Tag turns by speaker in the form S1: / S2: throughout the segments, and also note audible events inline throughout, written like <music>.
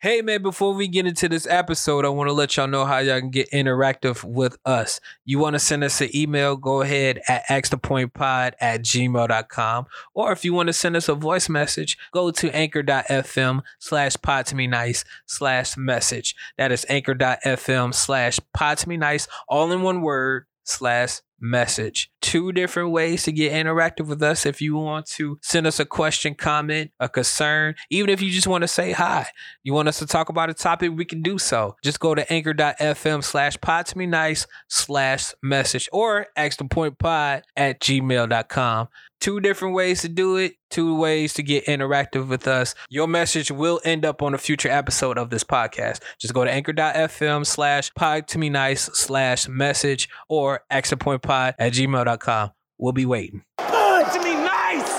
S1: Hey man, before we get into this episode, I want to let y'all know how y'all can get interactive with us. You want to send us an email, go ahead at axthepointpod at gmail.com. Or if you want to send us a voice message, go to anchor.fm slash pod to me nice slash message. That is anchor.fm slash pod to me nice, all in one word slash message. Two different ways to get interactive with us. If you want to send us a question, comment, a concern, even if you just want to say hi, you want us to talk about a topic, we can do so. Just go to anchor.fm slash pod to me nice slash message or ask the point pod at gmail.com. Two different ways to do it, two ways to get interactive with us. Your message will end up on a future episode of this podcast. Just go to anchor.fm slash pod to me nice slash message or ask the point pod at gmail.com. We'll be waiting.
S2: Good to me nice.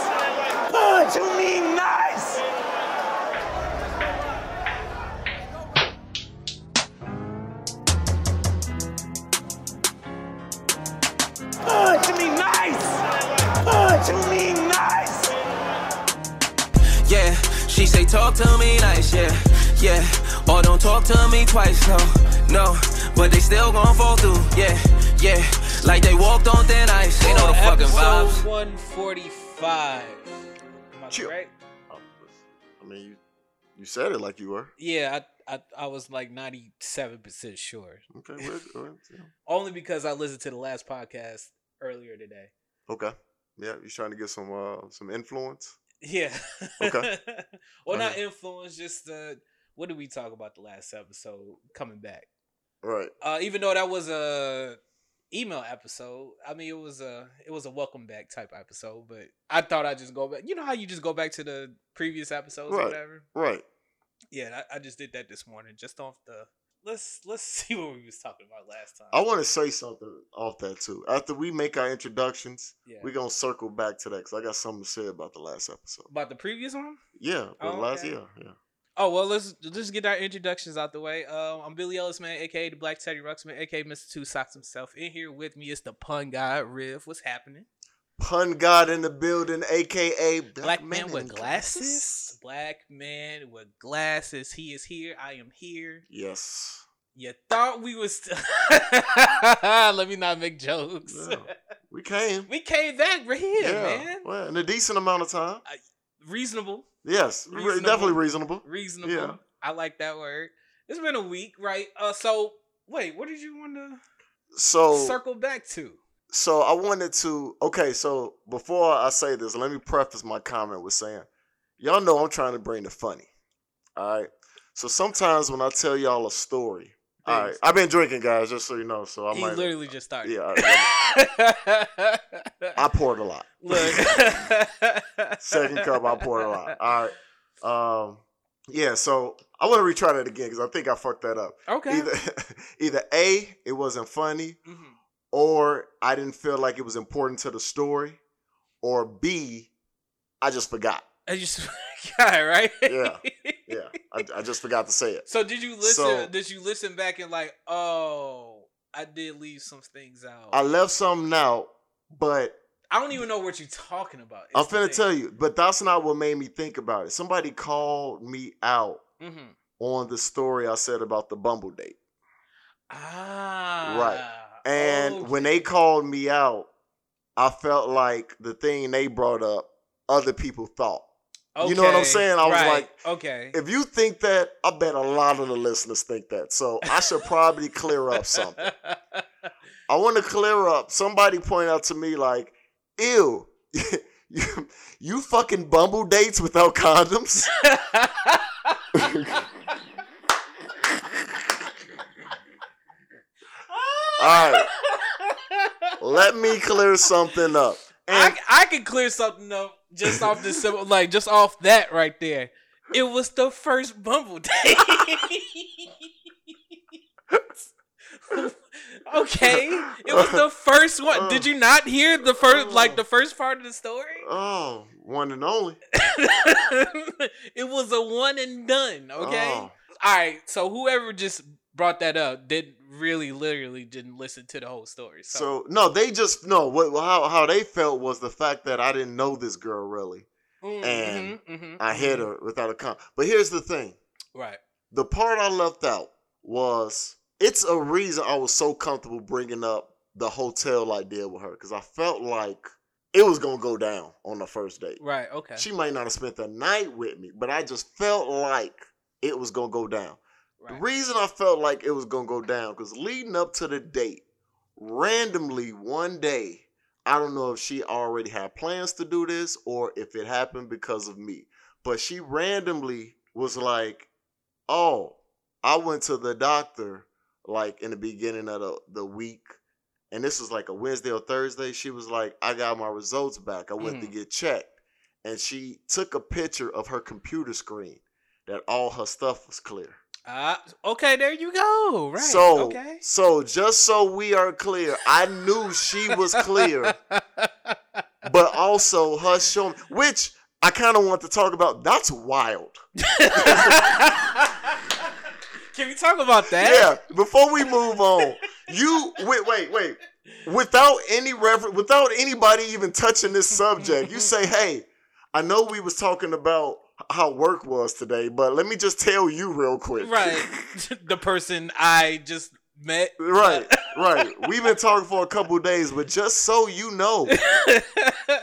S2: Good to me nice. Good to me nice. Good to me nice.
S3: Yeah, she say talk to me nice, yeah, yeah. Or don't talk to me twice, no, no. But they still gon' fall through, yeah, yeah. Like they walked on thin ice. They know the fucking vibes.
S1: 145. Am I
S4: Chill.
S1: correct?
S4: Oh, I mean, you you said it like you were.
S1: Yeah, I, I, I was like 97% sure.
S4: Okay.
S1: <laughs>
S4: well, all right, yeah.
S1: Only because I listened to the last podcast earlier today.
S4: Okay. Yeah, you trying to get some uh some influence?
S1: Yeah.
S4: Okay.
S1: <laughs> well, not
S4: Alright.
S1: influence, just uh, what did we talk about the last episode coming back?
S4: All right.
S1: Uh, even though that was a email episode, I mean it was a it was a welcome back type episode, but I thought I'd just go back. You know how you just go back to the previous episodes or
S4: Right.
S1: whatever?
S4: Right.
S1: Yeah, I, I just did that this morning, just off the let's let's <laughs> see what we was talking about last time.
S4: I want to say something off that too. After we make our introductions,
S1: yeah.
S4: we're gonna circle back to that because I got something to say about the last episode.
S1: about the previous one?
S4: Yeah, the
S1: Oh,
S4: last
S1: okay.
S4: year. Yeah.
S1: Oh well, let's let's get our introductions out the way. Um, I'm Billy Ellis, man, aka the Black Teddy Ruxman, aka Mr. Two Socks himself. In here with me is the pun guy Riv. What's happening?
S4: Pun God in the building, aka Black,
S1: Black,
S4: Men
S1: man with
S4: in
S1: glasses. Black man with glasses. He is here. I am here.
S4: Yes.
S1: You thought we was. <laughs> Let me not make jokes.
S4: No. We came.
S1: <laughs> we came back. We're here, man.
S4: Well, in a decent amount of time.
S1: Reasonable.
S4: Yes. re-
S1: Reasonable.
S4: Definitely reasonable.
S1: Reasonable.
S4: Yeah.
S1: I like that word. It's been a week, right? Uh, so wait, what did you want to?
S4: So
S1: circle back to.
S4: so I wanted to okay, so before I say this, let me preface my comment with saying, y'all know I'm trying to bring the funny. All right. So sometimes when I tell y'all a story, all right,
S1: Thanks.
S4: I've been drinking, guys, just so you know. So I
S1: he
S4: might
S1: literally just started.
S4: yeah, I, I poured a lot.
S1: Look.
S4: Second cup, I poured a lot. All right. Um, yeah. So I want to retry that again because I think I fucked that up.
S1: Okay.
S4: Either <laughs> either a it wasn't funny,
S1: Mhm.
S4: or I didn't feel like it was important to the story, or B, I just forgot.
S1: I just <laughs> yeah, right.
S4: Yeah, Yeah, I, I just forgot to say it.
S1: So did you listen?
S4: So-
S1: did you listen back and like, oh, I did leave some things out.
S4: I left something out, but
S1: I don't even know what you're talking about.
S4: I'm finna tell you. But that's not what made me think about it. Somebody called me out
S1: hmm
S4: on the story I said about the bumble date,
S1: Ah. Oh,
S4: and when they called me out, I felt like the thing they brought up, other people thought.
S1: okay.
S4: you know what I'm saying? I was
S1: Right.
S4: like,
S1: okay.
S4: If you think that, I bet a lot of the listeners think that. So I should probably clear
S1: <laughs>
S4: up something. I want to clear up. Somebody point out to me like, "Ew, <laughs> you, you fucking bumble dates
S1: <laughs>
S4: without condoms." All right, let me clear something up. And
S1: I, I could clear something up just off this simple, like just off that right there. It was the first Bumble date. <laughs> okay, it was the first one. Did you not hear the first, like the first part of the story? <laughs>
S4: oh, one and only.
S1: it was a one and done. Okay,
S4: Oh,
S1: all right. So whoever just brought that up didn't really, literally, didn't listen to the whole story. So,
S4: so no, they just no. What how how they felt was the fact that I didn't know this girl really.
S1: Mhm, mhm,
S4: and
S1: Mm-hmm.
S4: I hit her without a condom. But here's the thing:
S1: right.
S4: The part I left out was it's a reason I was so comfortable bringing up the hotel idea with her because I felt like it was gonna go down on the first date.
S1: Right. Okay.
S4: She might not have spent the night with me, but I just felt like it was gonna go down. The
S1: Right.
S4: reason I felt like it was gonna go down because leading up to the date, randomly one day, I don't know if she already had plans to do this or if it happened because of me, but she randomly was like, "Oh, I went to the doctor like in the beginning of the, the week." And this was like a Wednesday or Thursday. She was like, I got my results back. I went to get checked. And she took a picture of her computer screen that all her stuff was clear.
S1: Uh, okay. There you go. Right.
S4: So,
S1: okay.
S4: so just so we are clear, I knew she was clear,
S1: <laughs>
S4: but also her showing, which I kind of want to talk about. That's wild.
S1: Can we talk about that?
S4: Yeah. Before we move on, you wait, wait, wait. Without any refer without anybody even touching this subject,
S1: <laughs>
S4: you say, "Hey, I know we was talking about how work was today, but let me just tell you real quick."
S1: Right. <laughs> the person I just met.
S4: Right, right. We've been talking for a couple of days, but just so you know,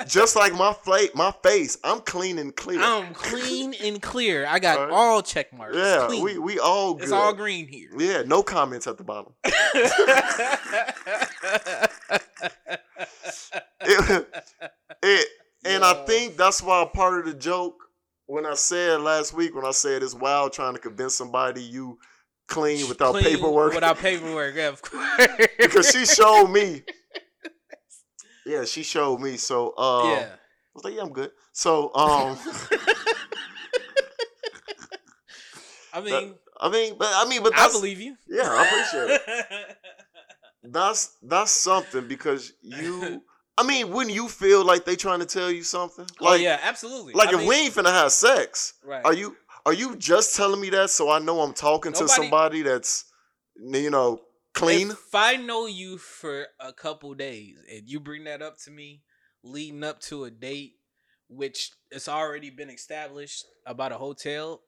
S4: just like my fla- my face, I'm clean and clear.
S1: I'm clean and clear. I got
S4: Right.
S1: all check marks.
S4: yeah,
S1: Clean.
S4: we we all good.
S1: it's all green here.
S4: <laughs> Yeah, no comments at the bottom. <laughs> It, it and I
S1: Yeah.
S4: think that's why part of the joke when I said last week when I said it's wild trying to convince somebody you clean without
S1: Clean
S4: paperwork
S1: Without paperwork, yeah, of course.
S4: <laughs> because she showed me. Yeah, she showed me. So
S1: <laughs>
S4: uh,
S1: yeah.
S4: I was like, yeah, I'm good. So, um,
S1: I mean,
S4: I mean, but I mean, but
S1: I
S4: that's,
S1: believe you.
S4: yeah, I appreciate it. That's that's something because
S1: <laughs>
S4: you, I mean, wouldn't you feel like they trying to tell you something? Like,
S1: <laughs> oh, yeah, absolutely.
S4: like
S1: I
S4: if
S1: mean,
S4: we ain't finna have sex,
S1: right.
S4: are you are you just telling me that so I know I'm talking to
S1: Nobody-
S4: somebody that's you know clean?
S1: If I know you for a couple days and you bring that up to me leading up to a date, which it's already been established about a hotel,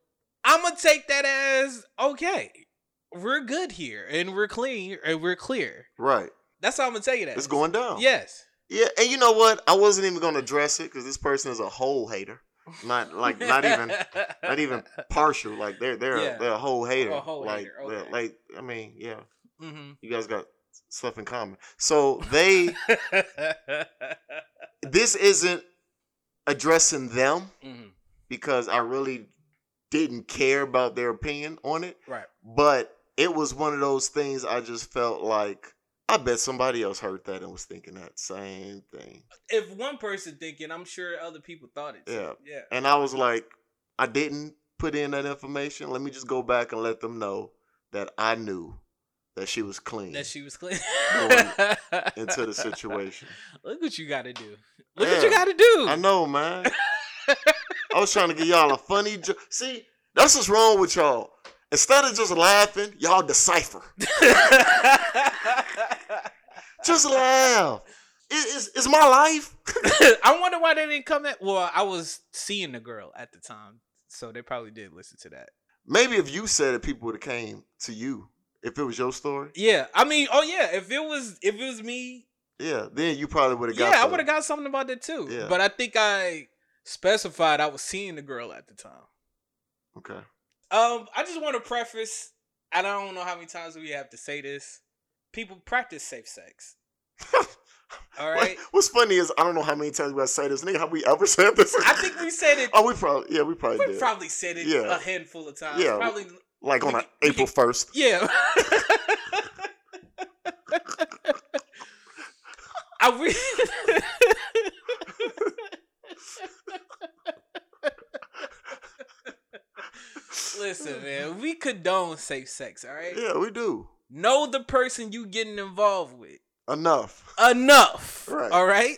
S1: I'm gonna take that as okay. We're good here and we're clean and we're clear.
S4: right,
S1: That's how I'm gonna take it as.
S4: it's going down.
S1: Yes.
S4: yeah, and you know what? I wasn't even gonna address it because this person is a whole hater. Not like
S1: <laughs>
S4: not even not even partial. Like they're they're
S1: Yeah. Oh,
S4: they're a whole hater.
S1: A whole
S4: like
S1: hater,
S4: they're-
S1: okay.
S4: like I mean, yeah,
S1: Mhm.
S4: you guys got stuff in common. So they this isn't addressing them
S1: Mhm.
S4: because I really didn't care about their opinion on it,
S1: Right.
S4: but it was one of those things I just felt like I bet somebody else heard that and was thinking that same thing.
S1: If one person thinking, I'm sure other people thought it. too. Yeah.
S4: And I was like, I didn't put in that information. Let me just go back and let them know that I knew that she was clean
S1: That she was clean. <laughs>
S4: Going into the situation.
S1: Look what you gotta do. Look what you
S4: Yeah.
S1: gotta do.
S4: I know, man. I was trying to give y'all a funny joke. See, that's what's wrong with y'all. Instead of just laughing, y'all decipher.
S1: <laughs>
S4: Just laugh. It- it's, it's my life.
S1: <laughs> I wonder why they didn't come at well, I was seeing the girl at the time. So they probably did listen to that.
S4: Maybe if you said it, people would have came to you. If it was your story,
S1: Yeah. I mean, oh yeah, if it was if it was me,
S4: yeah, then you probably would have got.
S1: yeah, I
S4: the-
S1: would have got something about that too.
S4: Yeah.
S1: But I think I specified I was seeing the girl at the time.
S4: Okay.
S1: Um, I just want to preface, and I don't know how many times we have to say this. People practice safe
S4: <laughs>
S1: sex. All
S4: What-
S1: right.
S4: What's funny is I don't know how many times we gotta say this. Nigga, have we ever <laughs> said this?
S1: I think we said it.
S4: Oh, we probably yeah, we probably
S1: We
S4: did.
S1: probably said it
S4: Yeah.
S1: a handful of times.
S4: Yeah.
S1: Probably.
S4: like on
S1: we
S4: a
S1: can- we
S4: April first.
S1: Yeah. <laughs> I re- <laughs> Listen, man, we condone safe sex, all right?
S4: Yeah, we do
S1: Know the person you getting involved with.
S4: enough.
S1: enough.
S4: Right.
S1: All right.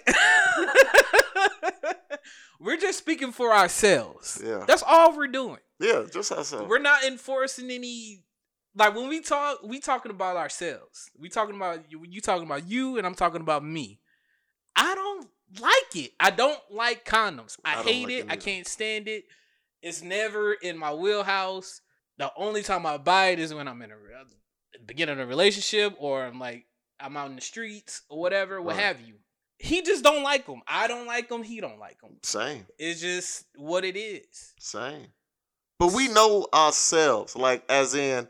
S1: <laughs> we're just speaking for ourselves.
S4: Yeah.
S1: That's all we're doing.
S4: Yeah, just ourselves.
S1: We're not enforcing any like when we talk we talking about ourselves. We talking about you you talking about you and I'm talking about me. I don't like it. I don't like condoms.
S4: I
S1: I,
S4: don't
S1: hate
S4: like
S1: it.
S4: them
S1: I
S4: either.
S1: can't stand it. It's never in my wheelhouse.
S5: The only time I buy it is when I'm in a re- at the beginning of a relationship or I'm like I'm out in the streets or whatever, what
S4: Right.
S5: have you. He just don't like him. I don't like him. He don't like him.
S4: Same,
S5: It's just what it is.
S4: same. But we know ourselves, like as in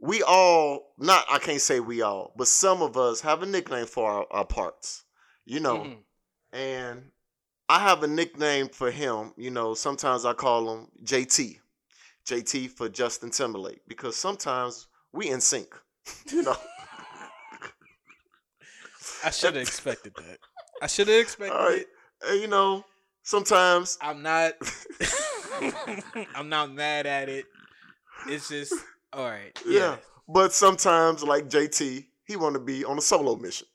S4: we all not I can't say we all, but some of us have a nickname for our, our parts. You know,
S1: Mm-hmm.
S5: Mm-mm.
S4: and I have a nickname for him. You know, sometimes I call him JT, JT for Justin Timberlake, because sometimes we in sync. <laughs> You know,
S5: I should have expected that. I should have expected
S4: All right.
S5: it.
S4: and, you know, sometimes <laughs>
S5: I'm not. <laughs> I'm not mad at it. It's just all right. Yeah.
S4: Yeah. But sometimes, like JT, he want to be on a solo mission,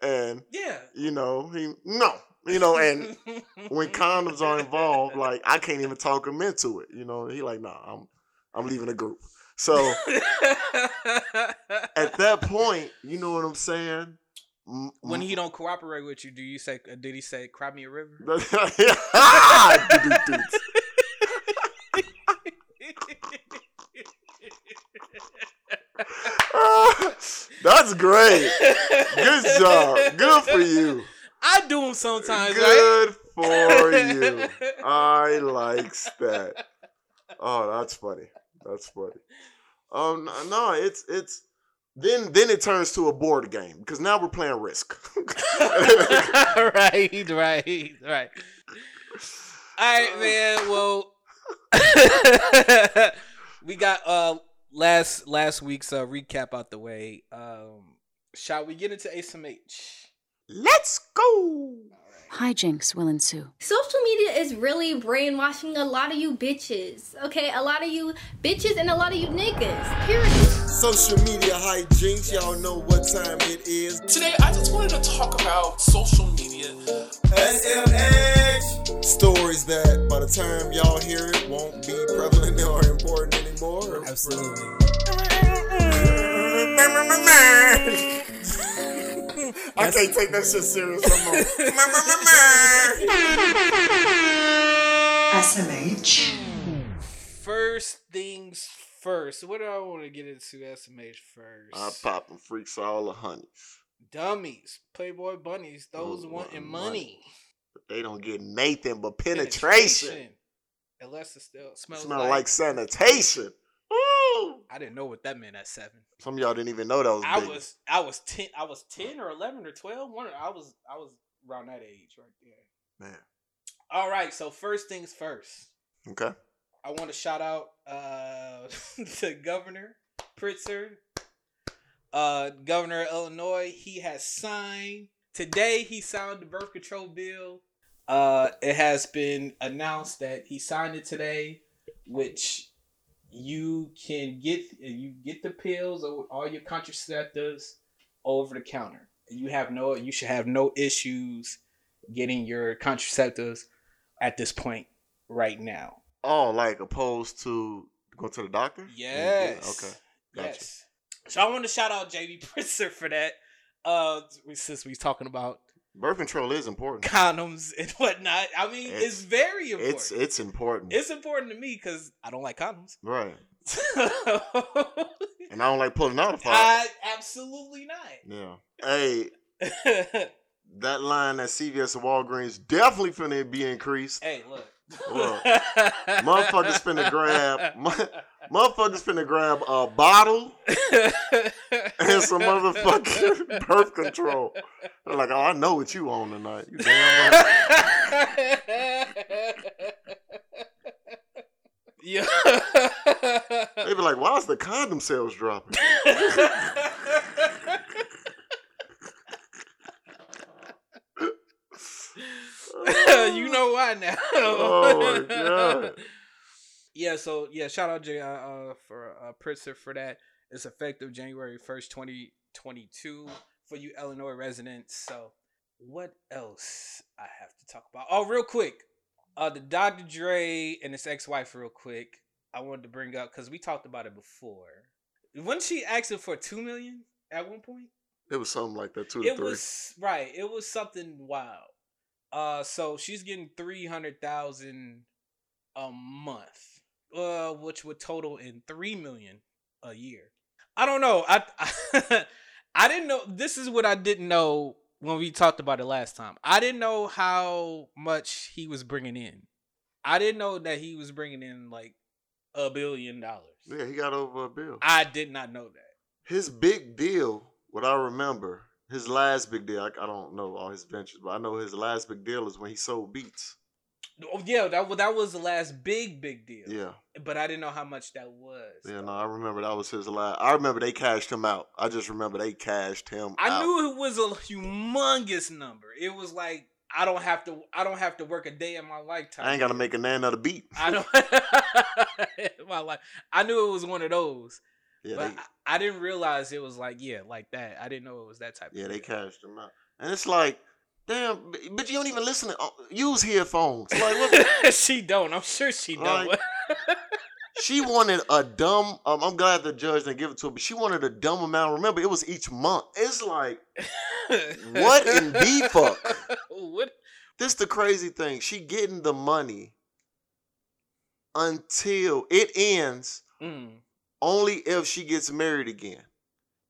S4: and
S5: Yeah.
S4: you know he no, you know, and
S5: <laughs>
S4: when condoms are involved, like I can't even talk him into it. You know, he like, nah, I'm I'm leaving the group. So at that point, you know what I'm saying. M-
S5: when he don't cooperate with you, do you say? uh, Did he say, "Cry me a river"?
S4: <laughs> That's great. Good job. Good for you.
S5: <laughs> I do them sometimes. Right?
S4: Good for
S5: <laughs>
S4: you. I likes that. Oh, that's funny. That's funny. Um, n- no, it's it's then then it turns to a board game because now we're playing Risk. <laughs>
S5: <laughs> right, right, right. All right, man. Well, <laughs> we got uh last last week's uh, recap out the way. Um, shall we get into ASMH?
S4: Let's go.
S6: Hijinks will ensue.
S7: Social media is really brainwashing a lot of you bitches, okay? A lot of you bitches and a lot of you niggas. Period.
S4: Social media hijinks, y'all know what time it is.
S8: Today, I just wanted to talk about social media.
S4: SMH stories that by the time y'all hear it won't be prevalent or important anymore. <laughs>
S5: Absolutely.
S4: I can't take that shit serious
S5: <laughs>
S4: no more.
S9: SMH.
S5: First things first. What do I want to get into SMH first?
S4: I Uh, pop and freaks all the honey.
S5: Dummies, Playboy bunnies, those
S4: Those
S5: wanting
S4: wanting
S5: money.
S4: But they don't get nothing but penetration.
S5: Unless it still smells
S4: Smell
S5: like,
S4: like sanitation. Ooh.
S5: I didn't know what that meant at seven.
S4: Some of y'all didn't even know that was
S5: I
S4: big.
S5: was I was ten I was ten or eleven or twelve. One I was I was around that age right there.
S4: Man.
S5: All right, so first things first.
S4: Okay.
S5: I want to shout out uh <laughs> the governor Pritzker, uh governor of Illinois. He has signed today. He signed the birth control bill. Uh, it has been announced that he signed it today, which you can get you get the pills or all your contraceptives over the counter. You have no you should have no issues getting your contraceptives at this point right now.
S4: Oh, like opposed to go to the doctor? Yeah,
S5: Yes.
S4: Okay. Gotcha.
S5: Yes. So I want to shout out JB Pritzer for that. Uh, since we talking about
S4: Birth control is important.
S5: condoms and whatnot, I mean, it's,
S4: It's-
S5: very important.
S4: It's it's important.
S5: It's important to me because I don't like condoms.
S4: right.
S5: So-
S4: And I don't like pulling out a file.
S5: <laughs> I absolutely not. <laughs>
S4: yeah. Hey, that line at CVS and Walgreens definitely finna be
S5: <laughs>
S4: increased.
S5: hey, look. <laughs>
S4: Look, motherfuckers finna grab- Motherfuckers finna grab a bottle <laughs> and
S5: <laughs>
S4: some motherfucking <laughs> birth control. They're like, oh, I know what you on tonight. You damn
S5: <laughs>
S4: right.
S5: yeah.
S4: They be like, why is the condom sales dropping?
S5: <laughs> <laughs> you know why now.
S4: Oh, my God.
S5: Yeah, so yeah, shout out J uh, uh for uh Pritzer for that. It's effective January first, twenty twenty two for you Illinois residents. So what else I have to talk about? Oh, real quick. Uh the Dr. Dre and his ex-wife real quick. I wanted to bring up because we talked about it before. Wasn't she asking for two million at one point?
S4: It was something like that, two to
S5: it
S4: three.
S5: was right. It was something wild. Uh, so she's getting three hundred thousand a month uh, which would total in three million a year. I don't know. I, I <laughs> didn't know. This is what I didn't know when we talked about it last time. I didn't know how much he was bringing in. I didn't know that he was bringing in like a billion dollars.
S4: Yeah, he got over a bill.
S5: I did not know that.
S4: His big deal, what I remember, his last big deal, I, I don't know all his ventures, but I know his last big deal is when he sold Beats.
S5: Oh yeah, that wa- that was the last big big deal.
S4: Yeah,
S5: But I didn't know how much that was.
S4: yeah, no, I remember that was his last. I remember they cashed him out. I just remember they cashed him
S5: I
S4: out.
S5: knew it was a humongous number. It was like I don't have to I don't have to work a day in my lifetime.
S4: I ain't got to make a nan of the beat.
S5: I <laughs> don't my life. I knew it was one of those,
S4: yeah,
S5: but
S4: they,
S5: I, I didn't realize it was like yeah, like that. I didn't know it was that type.
S4: yeah,
S5: of
S4: they
S5: <laughs> deal.
S4: cashed him out. And it's like, damn, b- but you don't even listen to uh, use headphones. Like,
S5: <laughs>
S4: what,
S5: she don't. I'm sure she don't. <laughs>
S4: Like- she wanted a dumb. Um, I'm glad the judge didn't give it to her, but she wanted a dumb amount. Remember, it was each month. It's like What in the fuck?
S5: <laughs> What?
S4: this the crazy thing. She getting the money until it ends
S5: Mm.
S4: only if she gets married again.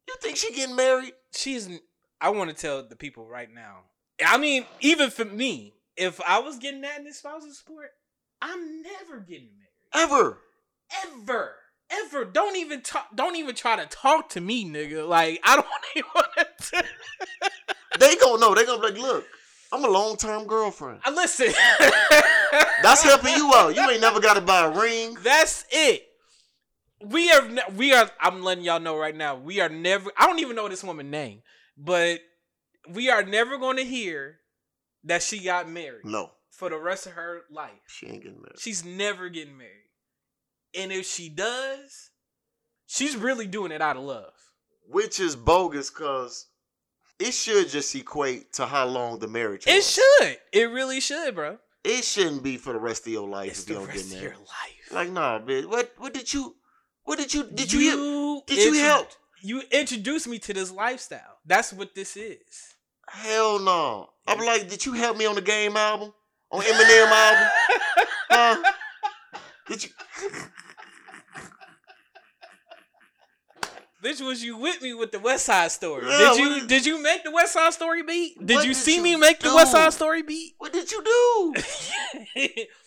S4: You think she getting married?
S5: she's i want to tell the people right now i mean even for me if i was getting that in the spousal support i'm never getting married
S4: Ever.
S5: ever ever don't even talk don't even try to talk to me nigga like i don't <laughs> even want to
S4: They gonna know. They gonna be like, look, I'm a long term girlfriend.
S5: I listen <laughs>
S4: That's helping you out. You ain't never gotta buy a ring.
S5: that's it we are ne- we are i'm letting y'all know right now we are never i don't even know this woman's name but we are never going to hear that she got married
S4: No,
S5: for the rest of her life
S4: she ain't getting married.
S5: She's never getting married. And if she does, she's really doing it out of love.
S4: Which is bogus because it should just equate to how long the marriage
S5: It
S4: was.
S5: should. It really should, bro.
S4: it shouldn't be for the rest of your life
S5: It's
S4: if you
S5: the
S4: don't get
S5: rest of your
S4: married.
S5: life.
S4: Like, nah, bitch. What what did you what did you did you, hear? did you
S5: intro-
S4: help?
S5: You introduced me to this lifestyle. That's what this is.
S4: Hell no. I'm like, did you help me on the game album? On Eminem album? Huh? Did you
S5: Bitch, was you with me with the West Side Story?
S4: Yeah,
S5: did
S4: what
S5: you
S4: is-
S5: did you make the West Side Story beat? Did
S4: What
S5: you
S4: did
S5: see
S4: you
S5: me make the West
S4: do?
S5: Side Story beat? <laughs>
S4: what did you do?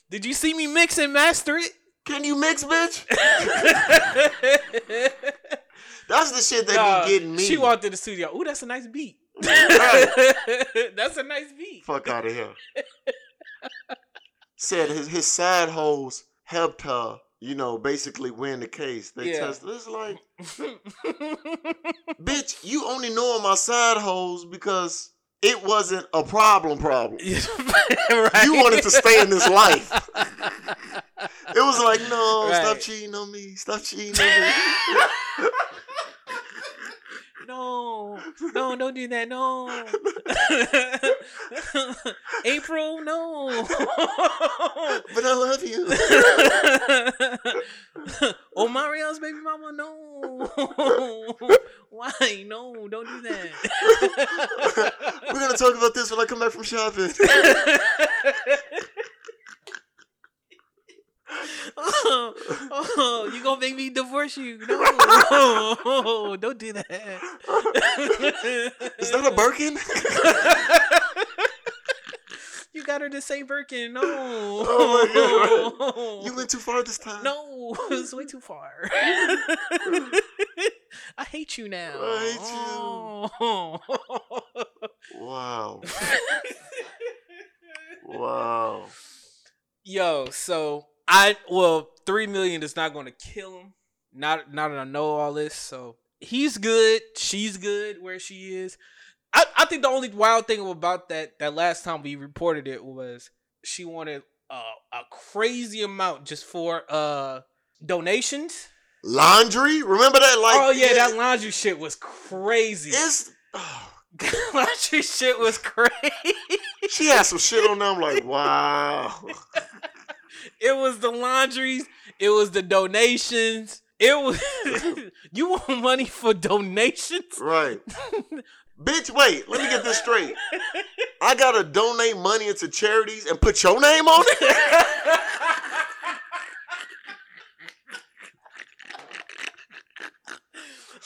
S5: did you see me mix and master
S4: Can you mix, bitch? <laughs>
S5: it? <laughs>
S4: That's the shit they
S5: Nah,
S4: be getting me.
S5: She walked in the studio. Ooh, that's a nice beat. <laughs>
S4: Right.
S5: that's a nice beat.
S4: <laughs> Fuck out of here. Said his his side hoes helped her, you know, basically win the case. They
S5: Yeah.
S4: test it's like bitch, you only know my side hoes because it wasn't a problem problem.
S5: Right.
S4: You wanted to stay in this
S5: <laughs>
S4: life. It was like, no, stop
S5: Right.
S4: cheating on me. Stop cheating on me.
S5: No, no, don't do that.
S4: <laughs>
S5: No. April, no.
S4: but I love you. <laughs>
S5: oh, Mario's baby mama, no. <laughs> Why? No, don't do that.
S4: We're gonna talk about this when I come back from shopping.
S5: oh, oh, <laughs> you gonna make me divorce you? No, <laughs> don't do that.
S4: Is that a Birkin? <laughs>
S5: You got her to say Birkin. No.
S4: Oh my you went too far this time.
S5: no, it's way too far. I hate you now.
S4: I
S5: <laughs>
S4: Wow. Wow.
S5: Yo, so I well, three million is not going to kill him. Not not that I know all this, so he's good. She's good where she is. I I think the only wild thing about that that last time we reported it was she wanted uh, a crazy amount just for uh donations.
S4: Laundry? Remember that? Like,
S5: oh yeah, that laundry shit was crazy. <laughs>
S4: It's. oh,
S5: laundry shit was crazy.
S4: she had some shit on there. I'm like, wow.
S5: It was the laundries. It was the donations. It was <laughs> you want money for donations? <laughs>
S4: Right. Bitch, wait. Let me get this straight. I gotta donate
S5: <laughs>
S4: money into charities and put your name on it.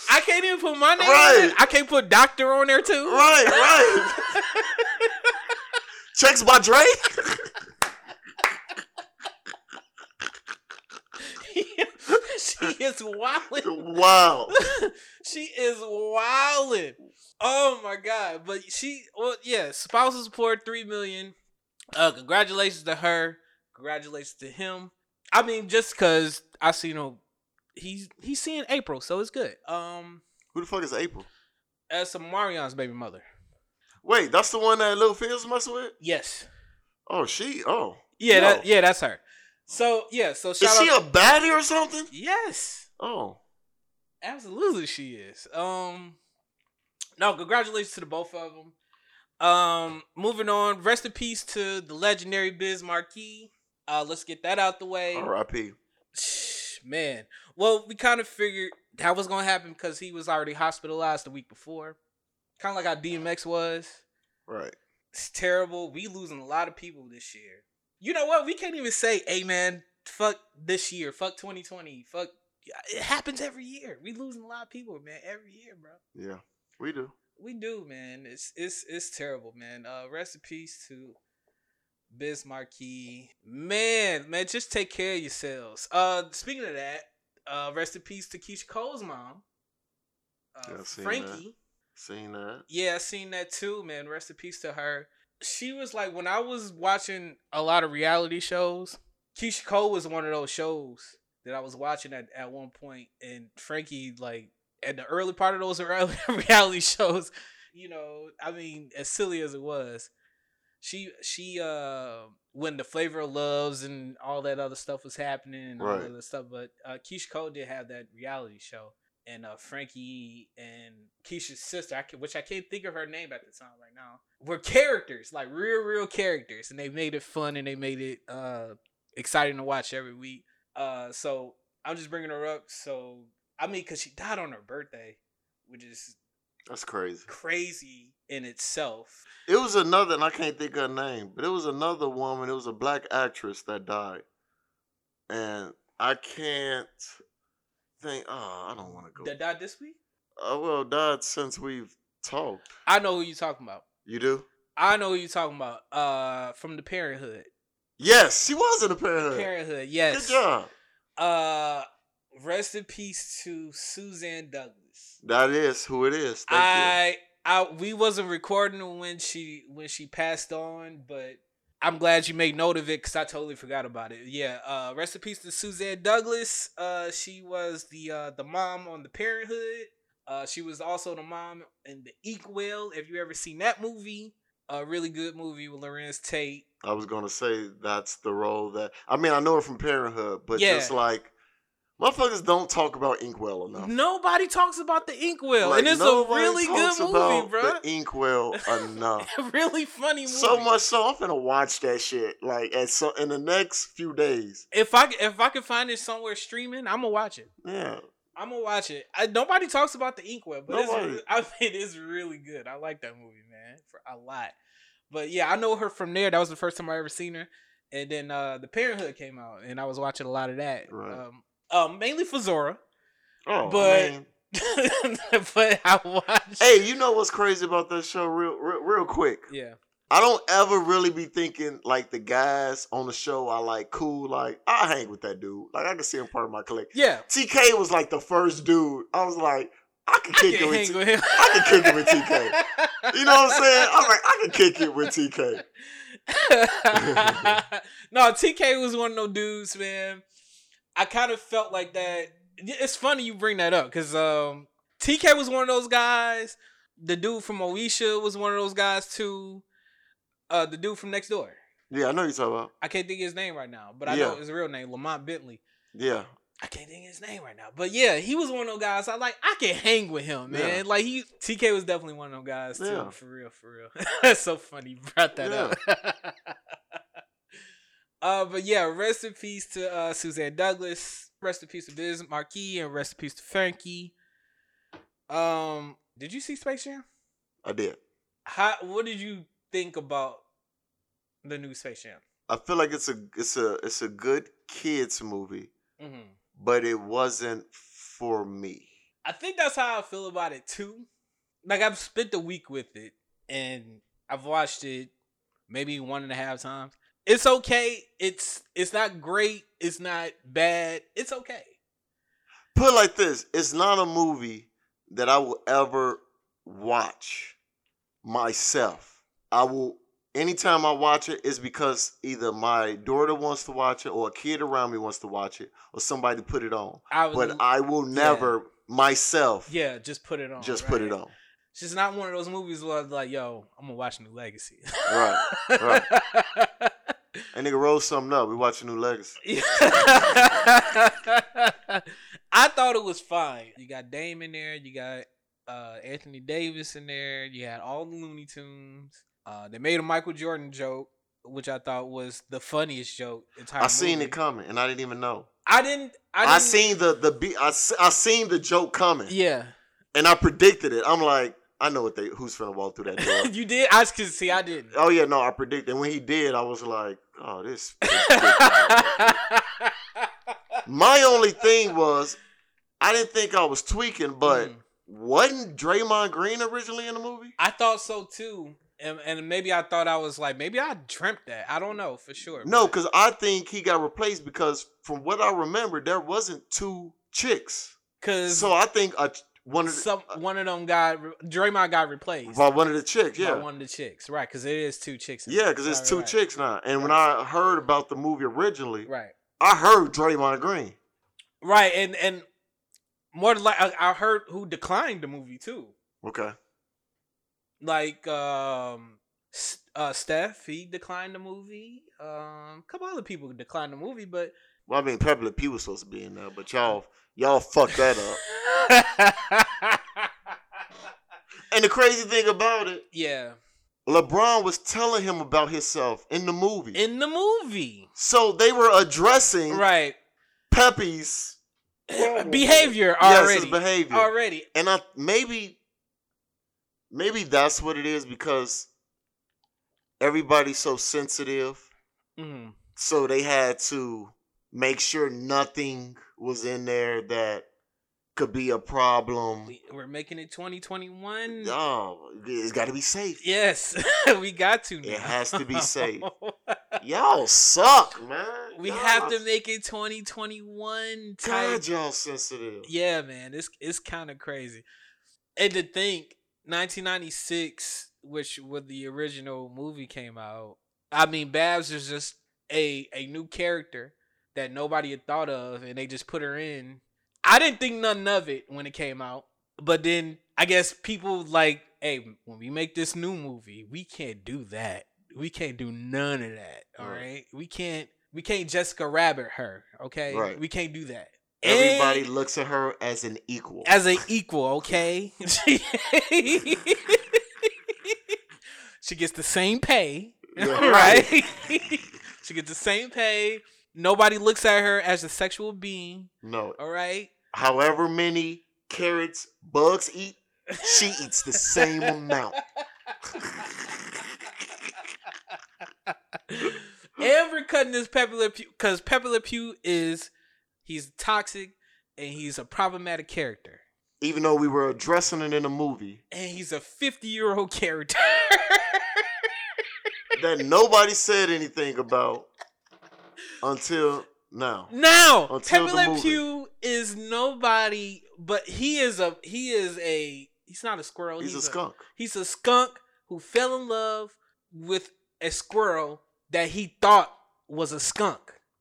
S5: I can't even put my name on
S4: Right.
S5: it. I can't put doctor on there too.
S4: Right, right. Checks by Dre.
S5: <laughs> she is wilding.
S4: wow.
S5: she is wilding. Oh my god! But she, well, yeah, spousal support three million. Uh, congratulations to her. Congratulations to him. I mean, just cause I seen him, he's he's seeing April, so it's good. Um,
S4: Who the fuck is April?
S5: as some Marion's baby mother.
S4: Wait, that's the one that Lil Fizz messing with?
S5: Yes.
S4: Oh, she. Oh,
S5: Yeah.
S4: No.
S5: That, yeah, that's her. So yeah. So shout
S4: is she
S5: out.
S4: a baddie or something?
S5: yes.
S4: Oh,
S5: Absolutely, she is. Um, no, congratulations to the both of them. Um, moving on. Rest in peace to the legendary Biz Marquee. Uh, let's get that out the way.
S4: R.I.P.
S5: Shh, Man, well, we kind of figured that was gonna happen because he was already hospitalized the week before, kind of like how DMX was.
S4: Right.
S5: It's terrible. We losing a lot of people this year. You know what? We can't even say, "Hey, man, fuck this year, fuck 2020, fuck." It happens every year. We losing a lot of people, man, every year, bro.
S4: Yeah, we do.
S5: We do, man. It's it's it's terrible, man. Uh, rest in peace to Biz Marquee. Man, man, just take care of yourselves. Uh, speaking of that, uh, rest in peace to Keisha Cole's mom, uh,
S4: Yeah, I seen that.
S5: Frankie.
S4: Seen that?
S5: Yeah, I seen that too, man. Rest in peace to her. She was like when I was watching a lot of reality shows, Keisha Cole was one of those shows that I was watching at, at one point and Frankie like at the early part of those <laughs> early reality shows, you know, I mean, as silly as it was, she she uh when the flavor of loves and all that other stuff was happening and all
S4: Right.
S5: that other stuff, but uh Keisha Cole did have that reality show and uh, Frankie and Keisha's sister, I can, which I can't think of her name at the time right now, were characters, like real, real characters, and they made it fun and they made it uh, exciting to watch every week. Uh, so I'm just bringing her up. So I mean, cause she died on her birthday, which is
S4: That's crazy.
S5: crazy in itself.
S4: It was another, and I can't think of her name, but it was another woman. It was a black actress that died, and I can't think. Oh, I don't want to go.
S5: That died this week.
S4: oh well, died since we've talked.
S5: I know who you're talking about.
S4: You do?
S5: I know who you're talking about. Uh, from the Parenthood.
S4: Yes, she was in the Parenthood.
S5: Parenthood. Yes.
S4: Good job.
S5: Uh, rest in peace to Suzanne Douglas.
S4: That is who it is. Thank you.
S5: I I we wasn't recording when she when she passed on, but I'm glad you made note of it because I totally forgot about it. Yeah, uh, rest in peace to Suzanne Douglas. Uh, she was the uh, the mom on the Parenthood. Uh, she was also the mom in the Eek Will. If you ever seen that movie, a really good movie with Lorenz Tate.
S4: I was gonna say that's the role that I mean I know her from Parenthood, but
S5: Yeah.
S4: just like motherfuckers don't talk about Inkwell enough.
S5: Nobody talks about the Ink Will,
S4: Like,
S5: and it's a
S4: nobody
S5: really good
S4: talks
S5: movie,
S4: about
S5: bro.
S4: The Inkwell enough.
S5: <laughs> really funny movie.
S4: so much so I'm gonna watch that shit like at so in the next few days.
S5: If I if I could find it somewhere streaming, I'm gonna watch it.
S4: Yeah,
S5: I'm gonna watch it. I, nobody talks about the Inkwell, but it's,
S4: Nobody.
S5: re- <laughs> I mean, it's really good. I like that movie, man, for a lot. But yeah, I know her from there. That was the first time I ever seen her. And then uh the Parenthood came out, and I was watching a lot of that,
S4: Right.
S5: um, um, mainly for Zora. <laughs>
S4: oh
S5: But-
S4: man.
S5: but I watched.
S4: Hey, you know what's crazy about that show? Real, real, real quick.
S5: Yeah,
S4: I don't ever really be thinking like the guys on the show are like cool. Like I hang with that dude. Like I can see him part of my clique.
S5: yeah.
S4: TK was like the first dude. I was like, I could
S5: <laughs> I
S4: kick
S5: can
S4: it with
S5: hang
S4: TK.
S5: with him.
S4: I can kick it with TK. You know what I'm saying?
S5: <laughs>
S4: I'm like, I can kick it with TK.
S5: no, TK was one of those dudes, man. I kind of felt like that. It's funny you bring that up because um, TK was one of those guys. The dude from Oisha was one of those guys too. Uh, the dude from next door.
S4: Yeah, I know you talking about.
S5: I can't think of his name right now, but I know
S4: Yeah.
S5: his real name, Lamont Bentley.
S4: Yeah,
S5: I can't think of his name right now, but yeah, he was one of those guys. I like. I can hang with him, man.
S4: Yeah.
S5: Like he, TK was definitely one of those guys too.
S4: Yeah.
S5: For real, for real. <laughs> That's so funny. You brought that up. <laughs> uh, but yeah, rest in peace to uh, Suzanne Douglas. Rest in peace to Biz Marquis, and rest in peace to Frankie. Um, did you see Space Jam?
S4: I did.
S5: How? What did you think about the new Space Jam?
S4: I feel like it's a it's a it's a good kids movie,
S5: Mm-hmm.
S4: but it wasn't for me.
S5: I think that's how I feel about it too. Like I've spent the week with it and I've watched it maybe one and a half times. It's okay. It's it's not great. It's not bad. It's okay.
S4: Put it like this: It's not a movie that I will ever watch myself. I will. Anytime I watch it, it's because either my daughter wants to watch it, or a kid around me wants to watch it, or somebody put it on.
S5: I was
S4: But I will never myself
S5: yeah, just put it on.
S4: just put it
S5: right?
S4: on.
S5: It's just not one of those movies where I was like, yo, I'm gonna watch New Legacy.
S4: Right,
S5: <laughs>
S4: And nigga roll something up. We watch a new legacy.
S5: <laughs> I thought it was fine. You got Dame in there. You got uh, Anthony Davis in there. You had all the Looney Tunes. Uh, they made a Michael Jordan joke, which I thought was the funniest joke. in the Entire
S4: I seen
S5: movie.
S4: it coming, and I didn't even know.
S5: I didn't. I, didn't,
S4: I, seen the the beat. I, se- I seen the joke coming,
S5: <laughs> Yeah, <laughs>
S4: and I predicted it. I'm like, I know what they who's finna walk through that
S5: <laughs>
S4: door.
S5: you did. I could see. I didn't. <laughs>
S4: oh yeah, no, I predicted. And when he did, I was like, oh this. <laughs> My only thing was, I didn't think I was tweaking, but
S5: Mm.
S4: wasn't Draymond Green originally in the movie?
S5: I thought so too, and, and maybe I thought I was like, maybe I dreamt that. I don't know for sure.
S4: No,
S5: but-
S4: because I think he got replaced because from what I remember, there wasn't two chicks.
S5: Cause
S4: So I think a, one of the,
S5: some one of them got re- Draymond got replaced
S4: by one of the chicks,
S5: by
S4: yeah,
S5: one of the chicks, right? Because it is two chicks. in
S4: yeah,
S5: there.
S4: because
S5: Right,
S4: it's two
S5: right,
S4: chicks now. And when I heard about the movie originally,
S5: Right,
S4: I heard Draymond Green.
S5: right, and and more than like I, I heard who declined the movie too,
S4: Okay,
S5: like um S- uh Steph he declined the movie. Um, a couple other people declined the movie, but <laughs>
S4: well, I mean, Pepe Le Pew was supposed to be in there, but y'all y'all fucked that
S5: <laughs>
S4: up. And the crazy thing about it,
S5: yeah,
S4: LeBron was telling him about himself in the movie.
S5: in the movie,
S4: so they were addressing
S5: right?
S4: Pepe's
S5: behavior
S4: yes,
S5: already,
S4: his behavior.
S5: already.
S4: and I maybe maybe that's what it is because everybody's so sensitive,
S5: Mhm.
S4: so they had to make sure nothing was in there that could be a problem.
S5: We, we're making it 2021.
S4: Oh, it's got to be safe.
S5: Yes, <laughs> we got to. Now.
S4: It has to be
S5: <laughs>
S4: safe. Y'all suck, man.
S5: we
S4: Y'all-
S5: have to make it 2021 type.
S4: God, y'all sensitive.
S5: Yeah, man, it's it's kind of crazy. And to think, 1996, which when the original movie came out, I mean, Babs is just a a new character that nobody had thought of, and they just put her in. I didn't think nothing of it when it came out, but then I guess people like, hey, when we make this new movie, we can't do that. We can't do none of that. All right,
S4: Right.
S5: we can't. We can't Jessica Rabbit her. Okay,
S4: Right.
S5: we can't do that.
S4: Everybody
S5: And-
S4: looks at her as an equal.
S5: as an equal, okay? <laughs> she gets the same pay, <laughs>
S4: Yeah,
S5: right? she gets the same pay. Nobody looks at her as a sexual being,
S4: no,
S5: all right?
S4: however many carrots bugs eat, she eats the same amount.
S5: and we're cutting this Pepe Le Pew because Pepe Le Pew is he's toxic and he's a problematic character.
S4: Even though we were addressing it in a movie
S5: And he's a 50 year old character. <laughs>
S4: that nobody said anything about until now.
S5: Now,
S4: Until
S5: Pepe
S4: the
S5: Le
S4: movie.
S5: Pew is nobody, but he is a he is a he's not a squirrel.
S4: He's a skunk.
S5: He's a skunk who fell in love with a squirrel that he thought was a skunk,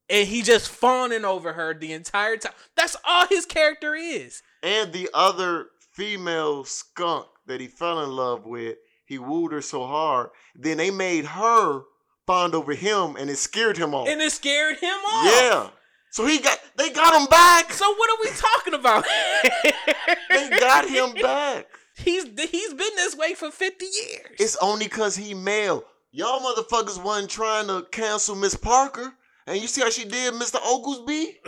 S5: and he just fawning over her the entire time. That's all his character is.
S4: And the other female skunk that he fell in love with, he wooed her so hard, then they made her bond over him and it scared him off.
S5: And it scared him off.
S4: yeah. So he got they got him
S5: <laughs>
S4: back.
S5: So what are we talking about? <laughs>
S4: They got him back.
S5: he's he's been this way for fifty years.
S4: It's only cause he male. Y'all motherfuckers wasn't trying to cancel Miss Parker. And you see how she did Mr.
S5: <laughs>
S4: Oglesby?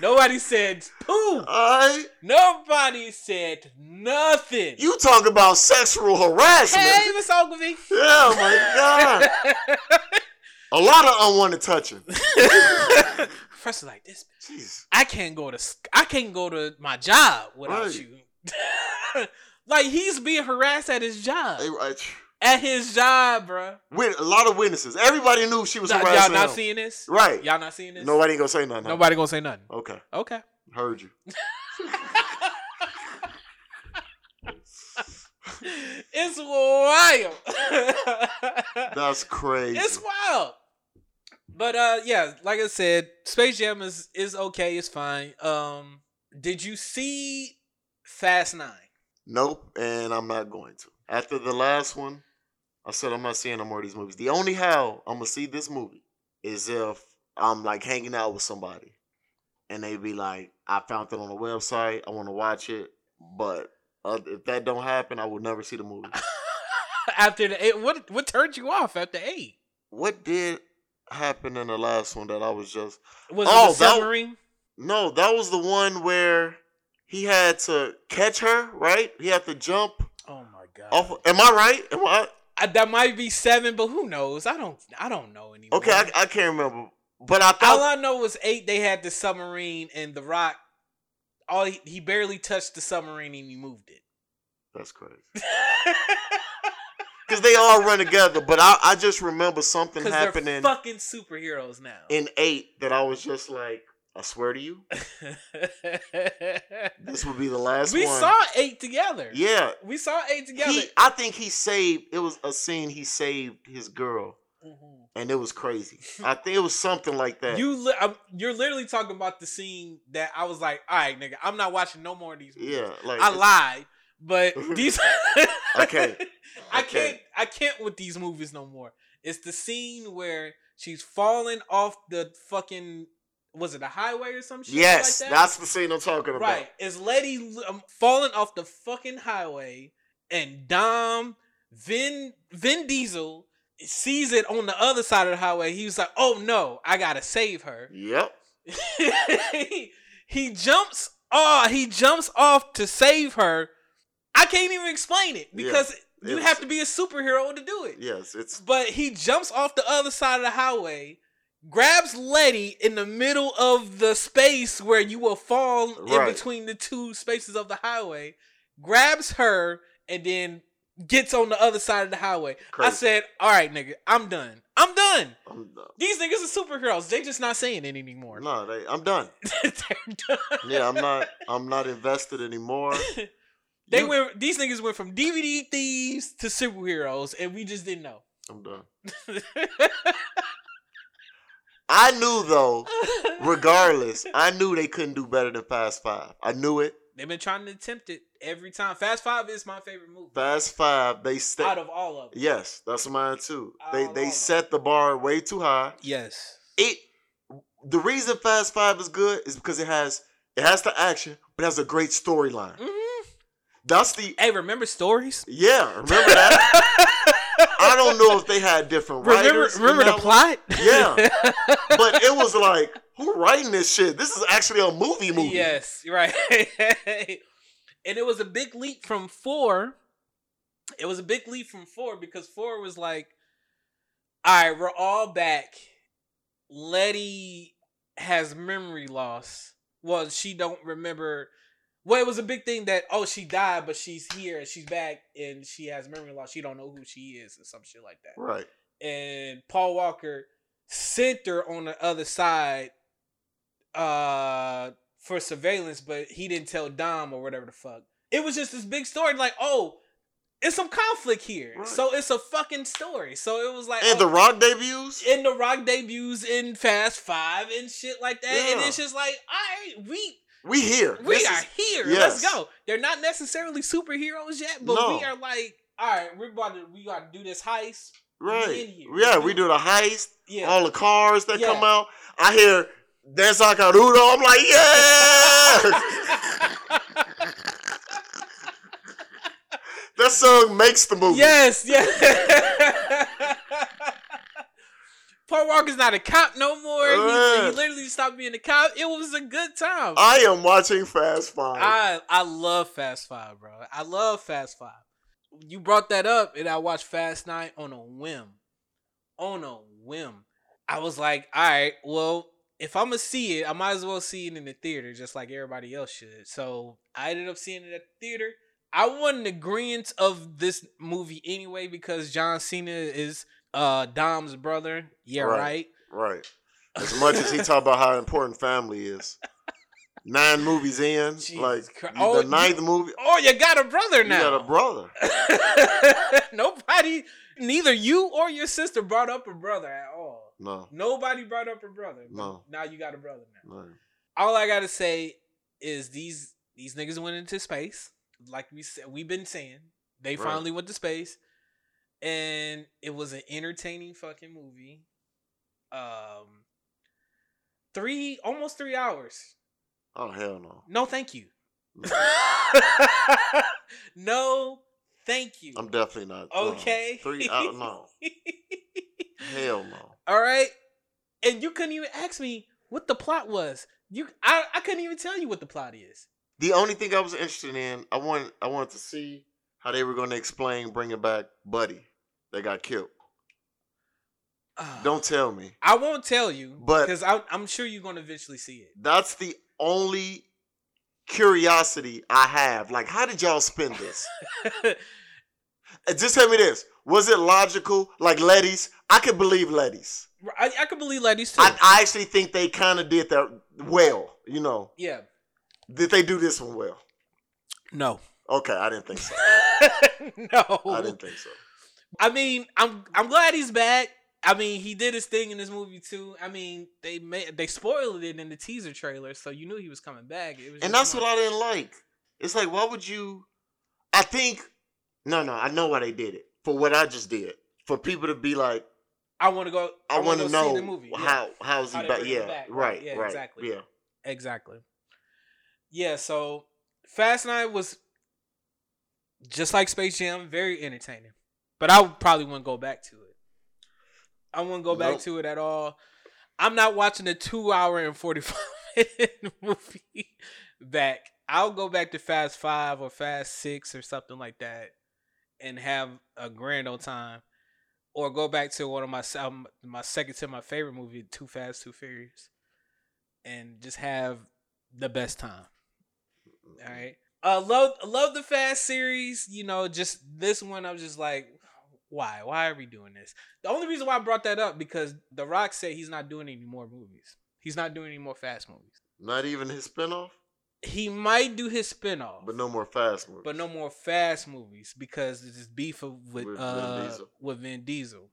S5: Nobody said poo.
S4: Alright?
S5: Nobody said nothing.
S4: You talk about sexual harassment.
S5: hey, Miss Ogilvy.
S4: Yeah,
S5: <laughs>
S4: my God. A lot of unwanted touching.
S5: Professor like this.
S4: Jeez.
S5: I can't go to sc- I can't go to my job without
S4: Right.
S5: you. <laughs> like he's being harassed at his job.
S4: They, right.
S5: At his job, bruh.
S4: Wit- a lot of witnesses. Everybody knew she was
S5: Y'all
S4: harassing
S5: not
S4: him.
S5: seeing this?
S4: Right.
S5: Y'all not seeing this?
S4: Nobody ain't gonna say nothing. huh?
S5: Nobody gonna say nothing.
S4: Okay.
S5: Okay.
S4: Heard
S5: <laughs>
S4: you.
S5: it's wild.
S4: That's crazy.
S5: <laughs> it's wild. But uh yeah, like I said, Space Jam is is okay, it's fine. Um did you see Fast 9?
S4: Nope, and I'm not going to. After the last one, I said I'm not seeing no more of these movies. The only how I'm gonna see this movie is if I'm like hanging out with somebody, and they be like, "I found it on the website. I want to watch it," but uh, if that don't happen, I will never see the movie.
S5: <laughs> after the eight, what what turned you off after 8?
S4: what did happen in the last one that I was just?
S5: Was
S4: Oh,
S5: it the
S4: that-
S5: submarine?
S4: No, that was the one where he had to catch her. Right? He had to jump
S5: Oh my god.
S4: off. Am I right? Am I?
S5: I, that might be 7, but who knows? I don't I don't know anymore.
S4: Okay, I, I can't remember. But I thought
S5: All I know was eight. They had the submarine and the rock. All he, he barely touched the submarine and he moved it.
S4: That's crazy. Because they all run together, but I, I just remember something
S5: Because they're
S4: happening
S5: fucking superheroes now. <laughs>
S4: in eight that I was just like, I swear to you, this would be the last
S5: we
S4: one.
S5: saw eight together.
S4: yeah.
S5: we saw eight together.
S4: He, I think he saved. It was a scene he saved his girl,
S5: Mhm.
S4: and it was
S5: <laughs>
S4: crazy. I think it was something like that.
S5: You li- I'm, you're literally talking about the scene that I was like, all right, nigga, I'm not watching no more of these. movies."
S4: yeah, like
S5: I lied, but
S4: <laughs>
S5: these.
S4: Okay.
S5: <laughs> I can't.
S4: Okay.
S5: I can't with these movies no more. It's the scene where she's falling off the fucking. Was it a highway or some shit?
S4: Yes,
S5: like that?
S4: that's the scene I'm talking about.
S5: right. It's Letty um, falling off the fucking highway, and Dom Vin Vin Diesel sees it on the other side of the highway. He was like, "Oh no, I gotta save her."
S4: Yep.
S5: <laughs> he jumps oh he jumps off to save her i can't even explain it
S4: Yeah,
S5: because you
S4: it's-
S5: have to be a superhero to do it
S4: Yes, it's
S5: but he jumps off the other side of the highway grabs letty in the middle of the space where you will fall
S4: Right.
S5: in between the two spaces of the highway grabs her and then gets on the other side of the highway i
S4: Crazy.
S5: said all right nigga i'm done i'm done
S4: I'm done.
S5: these niggas are superheroes they just not saying it anymore
S4: No, they, I'm done.
S5: They're done. <laughs>
S4: Yeah, I'm not. I'm not invested anymore.
S5: They
S4: You-
S5: went. These niggas went from DVD thieves to superheroes, and we just didn't know.
S4: I'm done. I knew though, regardless, I knew they couldn't do better than Fast Five. I knew it.
S5: <laughs> They've been trying to attempt it every time. Fast Five is my favorite movie
S4: Fast Five, they stay.
S5: out of all of them.
S4: yes, that's mine too. They
S5: Out of all
S4: they
S5: of
S4: set the bar way too high.
S5: Yes.
S4: It the reason Fast Five is good is because it has it has the action, but it has a great storyline.
S5: Mhm.
S4: That's the
S5: Hey, remember stories?
S4: yeah. Remember that? I don't know if they had different
S5: Remember,
S4: writers. in
S5: remember the
S4: that one.
S5: plot?
S4: Yeah.
S5: <laughs>
S4: but it was like, who writing this shit? This is actually a movie movie.
S5: Yes, right. <laughs> and it was a big leap from four. It was a big leap from four because four was like, all right, we're all back. Letty has memory loss. Well, she don't remember. Well, it was a big thing that oh she died, but she's here and she's back and she has memory loss. She don't know who she is and some shit like that
S4: Right.
S5: and Paul Walker sent her on the other side uh for surveillance, but he didn't tell Dom or whatever the fuck. It was just this big story, like, oh, it's some conflict here.
S4: Right.
S5: So it's a fucking story. So it was like
S4: And
S5: oh,
S4: the rock debuts?
S5: and the rock debuts in Fast Five and shit like that. And
S4: Yeah.
S5: it's just like, all right, we
S4: We here.
S5: we
S4: This
S5: are
S4: is-
S5: here.
S4: yes.
S5: Let's go. They're not necessarily superheroes yet, but
S4: No.
S5: we are like, all right, we're about to we gotta do this heist.
S4: right.
S5: in here.
S4: Yeah, we do the heist,
S5: Yeah.
S4: all the cars that
S5: Yeah.
S4: come out. I hear that's Akarudo. I'm like,
S5: <laughs>
S4: yeah. that song makes the movie.
S5: <laughs> Yes, yes. Paul Walker's not a cop no more. He- He,
S4: Right.
S5: literally stopped being a cop. It was a good time. I
S4: I am watching Fast Five.
S5: I, love Fast Five, bro. I love Fast Five. You brought that up, and I watched Fast Nine on a whim. On a whim, I was like, all right, well, if I'm gonna see it, I might as well see it in the theater, just like everybody else should. So I ended up seeing it at the theater. I won an agreement of this movie anyway because John Cena is uh Dom's brother. Yeah,
S4: Right.
S5: right. <laughs>
S4: Right. As much as he talked about how important family is. Nine movies in,
S5: Jesus
S4: like
S5: Christ.
S4: the
S5: Oh, you-
S4: ninth movie.
S5: Oh, you got a brother
S4: You
S5: now.
S4: got a brother.
S5: <laughs> Nobody, neither you or your sister brought up a brother at all.
S4: No,
S5: Nobody brought up a brother. but
S4: No.
S5: Now you got a brother now.
S4: no.
S5: All I gotta say is these these niggas went into space, like we said we've been saying. They
S4: Right.
S5: finally went to space, and it was an entertaining fucking movie. Um, three almost three hours.
S4: Oh hell no.
S5: No,
S4: <laughs>
S5: thank you.
S4: No.
S5: <laughs> no, thank you. <laughs>
S4: I'm definitely not. uh,
S5: Okay.
S4: three. I don't know. Hell no.
S5: All right. And you couldn't even ask me what the plot was. You I, I couldn't even tell you what the plot is.
S4: The only thing I was interested in, I want, I wanted to see how they were going to explain bringing back Buddy that got killed.
S5: Ah.
S4: Don't tell me.
S5: I won't tell you,
S4: But-
S5: because I'm sure you're gonna eventually see it.
S4: That's the only curiosity I have. Like, how did y'all spend this? Uh, Just tell me this. Was it logical? Like Letty's? I could believe Letty's.
S5: I, I could believe ladies too.
S4: I, I actually think they kind of did that well. You know,
S5: yeah.
S4: did they do this one well?
S5: No.
S4: Okay, I didn't think so.
S5: <laughs> no.
S4: I didn't think so.
S5: I mean, I'm I'm glad he's back. I mean, he did his thing in this movie too. I mean, they made they spoiled it in the teaser trailer, so you knew he was coming back. It was
S4: And
S5: just
S4: that's what I didn't like. It's like, why would you? I think, no, no, I know why they did it. For what I just did. For people to be like,
S5: I want to go.
S4: I, want to
S5: wanna
S4: know
S5: see the movie. Yeah.
S4: how how's he
S5: How they
S4: back?
S5: bring him
S4: Yeah,
S5: back.
S4: right,
S5: Yeah,
S4: right,
S5: exactly.
S4: yeah.
S5: Exactly. Yeah, so Fast Night was just like Space Jam, very entertaining. But I probably wouldn't go back to it. I wouldn't go back
S4: Nope.
S5: to it at all. I'm not watching a two hour and forty five minute <laughs> movie back. I'll go back to Fast Five or Fast Six or something like that and have a grand old time. Or go back to one of my um, my second to my favorite movie, Too Fast, Too Furious and just have the best time. All right. Uh, love love the Fast series. You know, just this one, I was just like, why? Why are we doing this? The only reason why I brought that up because The Rock said he's not doing any more movies. He's not doing any more Fast movies.
S4: Not even his spinoff,
S5: He might do his spinoff,
S4: but no more fast movies.
S5: but no more Fast movies because there's this beef of- with
S4: With Vin
S5: uh,
S4: Diesel.
S5: with Vin Diesel.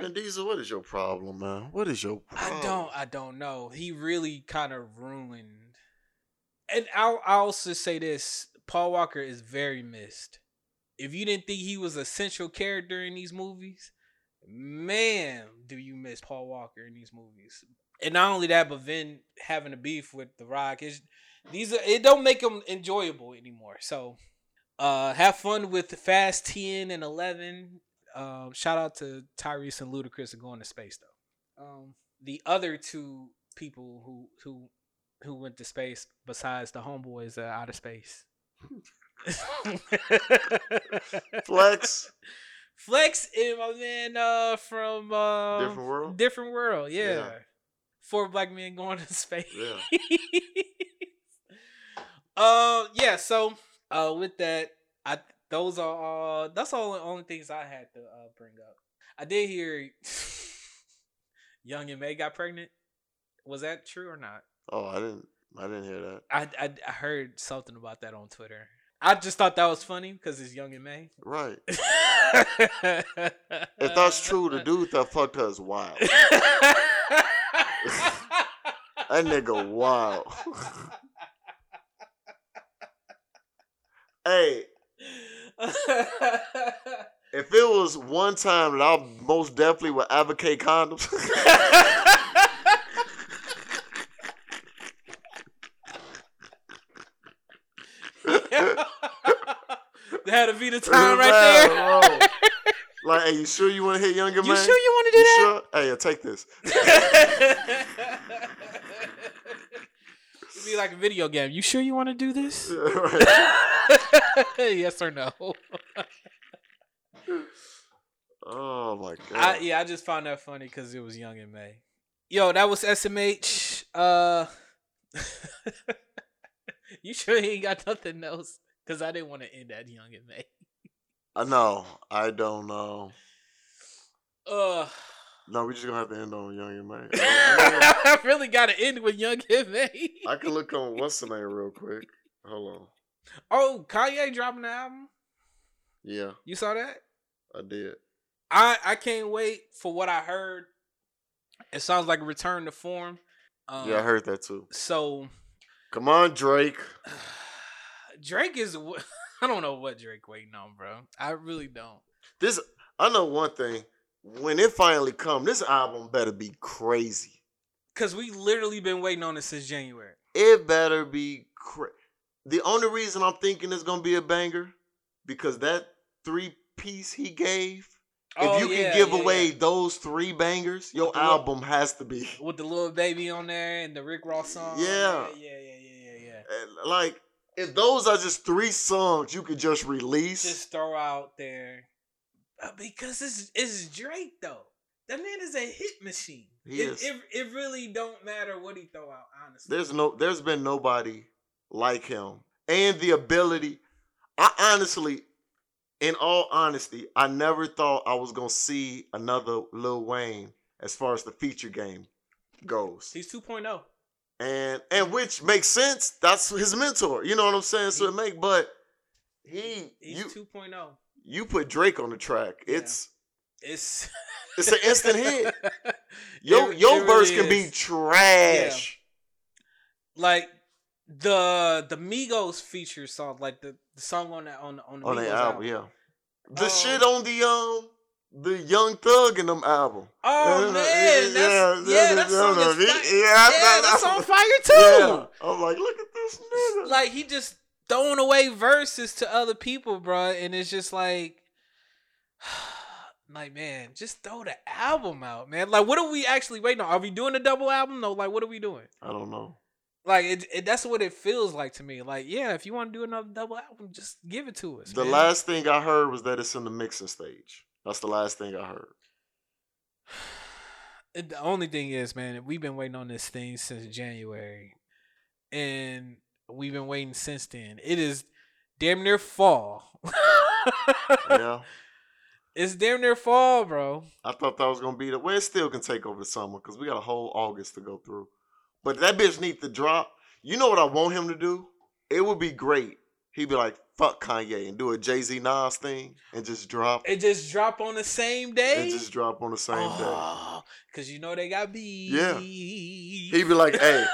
S4: Vin Diesel, what is your problem, man? What is your problem?
S5: I don't. <laughs> I don't know. He really kind of ruined. And I'll, I'll also say this: Paul Walker is very missed. If you didn't think he was a central character in these movies, man, do you miss Paul Walker in these movies? And not only that, but Vin having a beef with The Rock is these. Are, it don't make them enjoyable anymore. So, uh, have fun with Fast Ten and Eleven. Um, shout out to Tyrese and Ludacris for going to space though um, the other two people who who who went to space besides the homeboys are out of space. <laughs>
S4: Flex.
S5: Flex and my man uh, from uh,
S4: Different World?
S5: Different World, yeah.
S4: Oh. Yeah.
S5: Four black men going to <laughs> space.
S4: Yeah.
S5: uh, yeah. So, uh, with that, I those are all. That's all the only things I had to uh, bring up. I did hear <laughs> Young and May got pregnant. Was that true or not?
S4: Oh, I didn't. I didn't hear that.
S5: I I, I heard something about that on Twitter. I just thought that was funny because it's Young and May. <laughs>
S4: Right.
S5: if
S4: If that's true,
S5: <laughs>
S4: the dude that fucked her is wild. That nigga wild. <laughs> hey, if it was one time that I most definitely would advocate condoms. <laughs>
S5: That'll be the time right
S4: there.
S5: <laughs>
S4: Like, hey, you sure you want to hit younger
S5: there. You
S4: man?
S5: sure you want to do that?
S4: sure? Hey, yeah, take this. <laughs>
S5: <laughs> It'd be like a video game. You sure you want to do this? <laughs>
S4: Right.
S5: yes or no?
S4: Oh my god. Oh,
S5: I, yeah, I just found that funny because it was Young and May. Yo, that was SMH. Uh, <laughs> you sure you ain't got nothing else? Because I didn't want to end that young and May.
S4: I know. I don't know.
S5: Uh,
S4: No, we just gonna have to end on Young and May. I,
S5: <laughs> I really gotta end with young and May.
S4: I can look on what's the name real quick. Hold on.
S5: <laughs> Oh, Kanye dropping the album.
S4: Yeah,
S5: You saw that?
S4: I did.
S5: I I can't wait for what I heard. It sounds like a return to form. Um,
S4: Yeah, I heard that too.
S5: So
S4: Come on, Drake.
S5: <sighs> Drake is. w- <laughs> I don't know what Drake waiting on, bro. I really don't.
S4: This I know one thing. When it finally come, this album better be crazy.
S5: Cause we literally been waiting on it since January.
S4: It better be cra- The only reason I'm thinking it's gonna be a banger because that three piece he gave.
S5: Oh,
S4: if you
S5: yeah,
S4: can give
S5: yeah,
S4: away
S5: yeah.
S4: those three bangers, your
S5: With the little-
S4: album has to be.
S5: with the little baby on there and the Rick Ross song,
S4: Yeah.
S5: yeah, yeah, yeah, yeah, yeah.
S4: And, Like if those are just three songs you could just release.
S5: Just throw out there Uh, because it's it's Drake though. That man is a hit machine.
S4: He
S5: it,
S4: is.
S5: it it really don't matter what he throw out, honestly.
S4: There's no there's been nobody like him. And the ability I honestly in all honesty, I never thought I was going to see another Lil Wayne as far as the feature game goes.
S5: He's oh. 2.0.
S4: And and which makes sense. That's his mentor. You know what I'm saying? So it make but he
S5: He's oh.
S4: you
S5: 2.0.
S4: you put Drake on the track.
S5: Yeah.
S4: It's
S5: It's
S4: it's an instant
S5: <laughs>
S4: hit. Your your verse can be trash.
S5: be like the the Migos feature song, like the, the song on that on the- on the
S4: on
S5: Migos
S4: the
S5: album.
S4: Oh, album, yeah. The
S5: Um,
S4: shit on the um the Young Thug in them album.
S5: Oh man, that's, yeah, that song is
S4: yeah,
S5: fi-
S4: yeah,
S5: yeah,
S4: <laughs>
S5: that's on <laughs> fire too.
S4: Yeah. I'm like, look at this nigga.
S5: like he just throwing away verses to other people, bruh, and it's just like, <sighs> like man, just throw the album out, man. Like, what are we actually waiting on? Are we doing a double album? No, like, what are we doing?
S4: I don't know.
S5: Like, it, it, that's what it feels like to me. Like, yeah, if you want to do another double album, just give it to us.
S4: The
S5: man.
S4: last thing I heard was that it's in the mixing stage. That's the last thing I
S5: <laughs>
S4: heard.
S5: And the only thing is, man, we've been waiting on this thing since January, and we've been waiting since then. It is damn near fall. <laughs>
S4: Yeah,
S5: It's damn near fall, bro.
S4: I thought that was gonna be the. Well, it still can take over the summer because we got a whole August to go through. But that bitch need to drop. You know what I want him to do? It would be great. He'd be like, "Fuck Kanye" and do a Jay Z Nas thing and just drop.
S5: It just drop on the same day.
S4: and just drop on the same
S5: Oh, Cause you know they got beef.
S4: Yeah.
S5: He
S4: day. He'd be like, hey,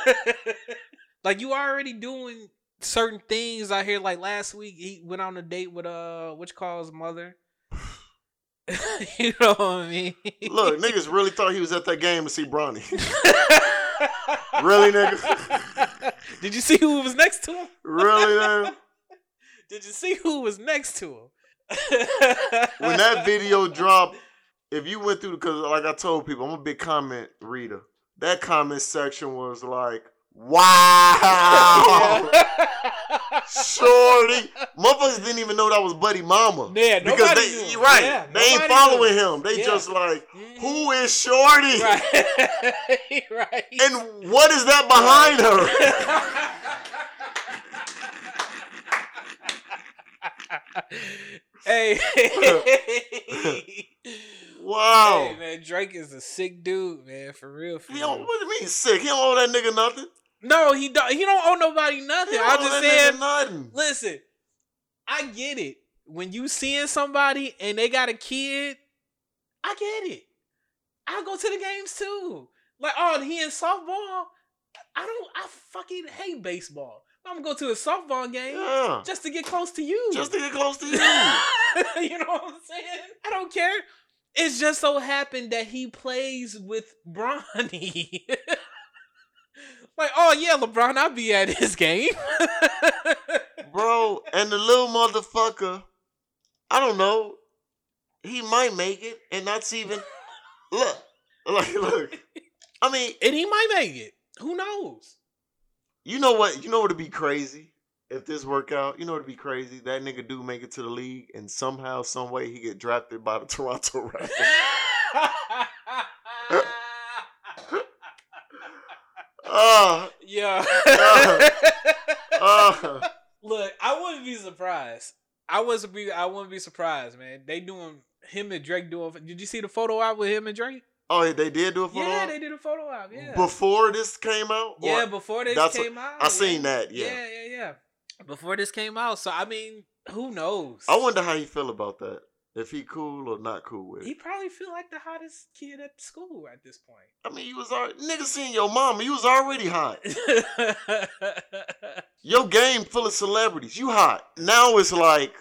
S5: <laughs> like you already doing certain things out here. Like last week, he went on a date with uh, which calls mother. <laughs> you know what I mean?
S4: look, niggas really thought he was at that game to see Bronny. <laughs> Really, nigga?
S5: <laughs> Did you see who was next to him?
S4: really, man?
S5: Did you see who was next to him?
S4: <laughs> When that
S5: <laughs>
S4: video dropped, if you went through, because like I told people, I'm a big comment reader. That comment section was like, wow,
S5: <laughs>
S4: shorty. Motherfuckers didn't even know that was Buddy Mama.
S5: Yeah,
S4: because
S5: nobody
S4: they,
S5: knew.
S4: right,
S5: Yeah,
S4: they ain't
S5: nobody knew.
S4: following him. They
S5: Yeah.
S4: just like,
S5: Mhm.
S4: who is shorty?
S5: right, <laughs> right.
S4: <laughs> And what is that behind
S5: <laughs>
S4: her? <laughs>
S5: hey,
S4: Wow.
S5: hey, man, Drake is a sick dude, man, for real. For
S4: Oh. He don't,
S5: real.
S4: what do you mean sick? He don't owe that nigga nothing.
S5: No, he don't. He don't owe nobody
S4: He
S5: nothing.
S4: don't
S5: I'm
S4: owe
S5: just
S4: that nigga
S5: saying.
S4: nothing.
S5: Listen, I get it. When you seeing somebody and they got a kid, I get it. I go to the games too. Like, oh, he in softball. I don't. I fucking hate baseball. I'm gonna go to a softball game
S4: Yeah.
S5: just to get close to you.
S4: Just
S5: <laughs>
S4: to get close to you.
S5: you know <laughs> what I'm saying? I don't care. It's just so happened that he plays with Bronny. <laughs> like, oh yeah, LeBron, I'll be at his game. <laughs>
S4: Bro, and the little motherfucker, I don't know. He might make it, and that's even look. <laughs> Like look. I mean,
S5: and he might make it. Who knows?
S4: you know what? You know what'd be crazy? If this work out, you know what'd be crazy? That nigga do make it to the league and somehow, some way he get drafted by the <laughs> Toronto Raptors. Uh,
S5: <laughs> <laughs> Yeah.
S4: uh,
S5: Look, I wouldn't be surprised. I wasn't be. I wouldn't be surprised, man. They doing him and Drake doing. Did you see the photo out with him and Drake?
S4: oh, they did do it for
S5: Yeah,
S4: the-
S5: they did a photo op. Yeah.
S4: before this came out. Or-
S5: yeah, before this
S4: that's
S5: came out.
S4: I seen
S5: yeah.
S4: that. Yeah.
S5: yeah, yeah, yeah. Before this came out, so I mean, who knows?
S4: I wonder how he feel about that. If he cool or not cool with
S5: He
S4: it.
S5: probably feel like the hottest kid at school at this
S4: <laughs>
S5: point. <laughs>
S4: I mean, you was already nigga seen your mama. You was already hot. Your game full of celebrities. You hot. Now it's like,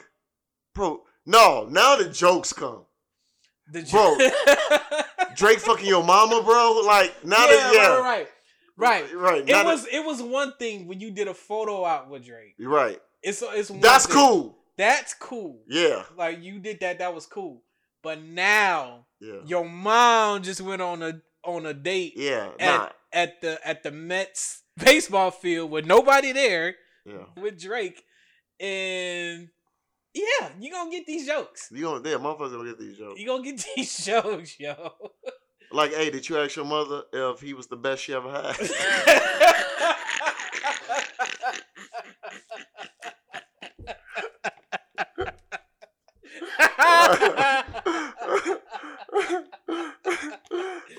S4: bro. No, now the jokes come.
S5: the <laughs>
S4: Bro.
S5: Now
S4: Drake fucking your mama, bro. Like now
S5: yeah,
S4: that yeah,
S5: right, right, right.
S4: right.
S5: It
S4: now that-
S5: was it was one thing when you did a photo out with Drake.
S4: You're right.
S5: It's it's one
S4: That's
S5: thing.
S4: cool.
S5: That's cool.
S4: Yeah,
S5: Like you did that. That was cool. But now
S4: yeah,
S5: your mom just went on a on a date
S4: yeah.
S5: at,
S4: Nah,
S5: at the at the Mets <laughs> baseball field with nobody there
S4: yeah.
S5: with Drake, and yeah, you gonna get these jokes.
S4: You gonna yeah, motherfuckers gonna get these jokes.
S5: You gonna get <laughs> these jokes, yo.
S4: Like, hey, did you ask your mother if he was the best she ever had?
S5: <laughs>
S4: <laughs>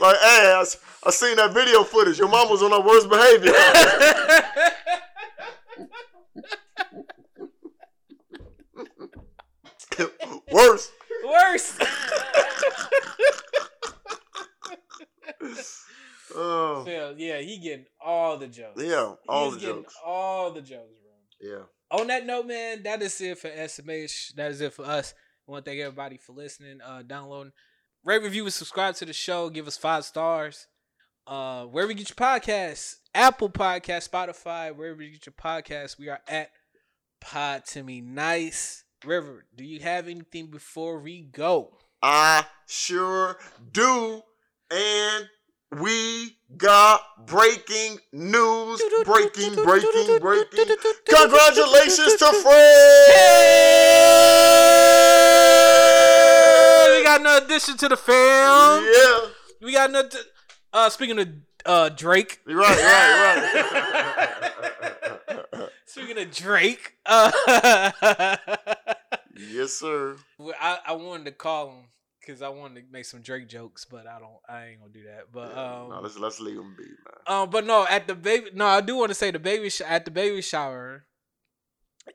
S4: like, hey, I, s- I seen that video footage. Your mom was on her worst
S5: <laughs>
S4: behavior. <laughs> Worse.
S5: Worse. <laughs>
S4: Oh,
S5: Phil, yeah, he getting all the jokes.
S4: yeah, all
S5: He's
S4: the
S5: getting
S4: jokes.
S5: All the jokes, bro.
S4: Yeah.
S5: on that note, man, that is it for SMH. That is it for us. I want to thank everybody for listening, uh, downloading, rate, review, and subscribe to the show. Give us five stars. Uh, wherever you get your podcasts, Apple Podcasts, Spotify, wherever you get your podcasts, we are at Pod to Me Nice. River, do you have anything before we go?
S4: I sure do. And we got breaking news. Breaking, breaking, breaking. Congratulations to Fred!
S5: <laughs> We got no addition to the fam.
S4: Yeah.
S5: We got nothing. Uh, speaking of uh Drake,
S4: You're Right, right, right. <laughs>
S5: Speaking of Drake, uh, <laughs> I,
S4: yes, sir.
S5: I wanted to call him because I wanted to make some Drake jokes, but I don't. I ain't gonna do that. But um,
S4: no, let's let's leave him be, man.
S5: um, but no, at the baby, no, I do want to say the baby sh- at the baby shower,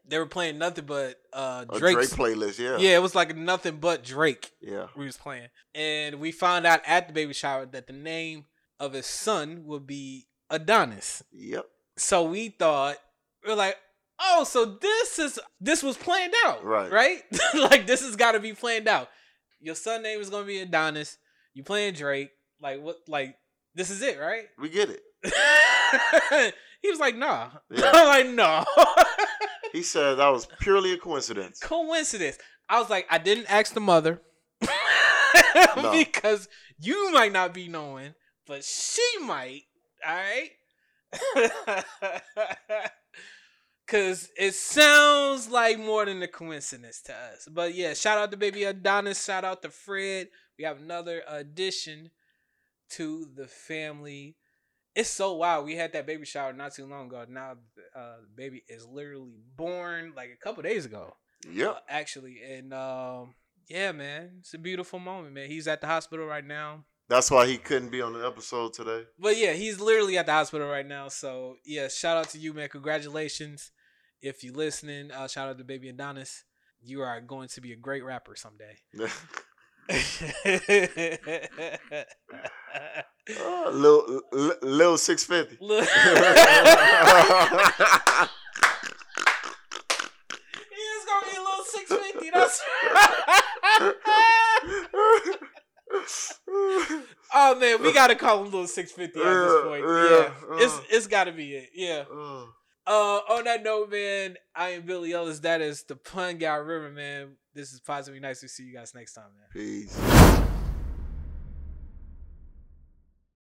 S5: they were playing nothing but uh
S4: A
S5: Drake.
S4: Drake playlist, yeah.
S5: yeah, it was like nothing but Drake
S4: Yeah.
S5: we was playing, and we found out at the baby shower that the name of his son would be Adonis.
S4: Yep.
S5: So we thought we are like, oh, so this is this was planned out,
S4: Right.
S5: Right? <laughs> like this has got to be planned out. Your son name is gonna be Adonis. You playing Drake? Like what? Like this is it, right? <laughs>
S4: We get it.
S5: he was like, nah.
S4: Yeah.
S5: <laughs> I'm like, no.
S4: He said that was purely a coincidence.
S5: Coincidence. I was like, I didn't ask the mother
S4: No.
S5: because you might not be knowing, but she might. All right. <laughs> Cause it sounds like more than a coincidence to us. But yeah, shout out to baby Adonis. Shout out to Fred. We have another addition to the family. It's so wild. We had that baby shower not too long ago. Now uh the baby is literally born like a couple days ago uh,
S4: Yep.
S5: actually. And um, yeah, man, it's a beautiful moment, man. He's at the hospital right now.
S4: That's why he couldn't be on the episode today. <laughs>
S5: But yeah, he's literally at the hospital right now. So yeah, shout out to you, man. Congratulations. If you're listening, uh, shout out to Baby Adonis. You are going to be a great rapper someday. <laughs>
S4: Uh, Lil, Lil, Lil <laughs>
S5: <laughs>
S4: 650.
S5: Look.
S4: yeah,
S5: He is gonna be a little six fifty. That's <laughs> oh man, we gotta call him little six fifty at this point.
S4: Yeah, uh.
S5: Yeah,
S4: yeah.
S5: it's it's gotta be it. Yeah.
S4: Oh.
S5: Uh, on that note, man, I am Billy Ellis. That is the Pun Guy River, man. This is Positively Nice. We see you guys next time, man.
S4: Peace.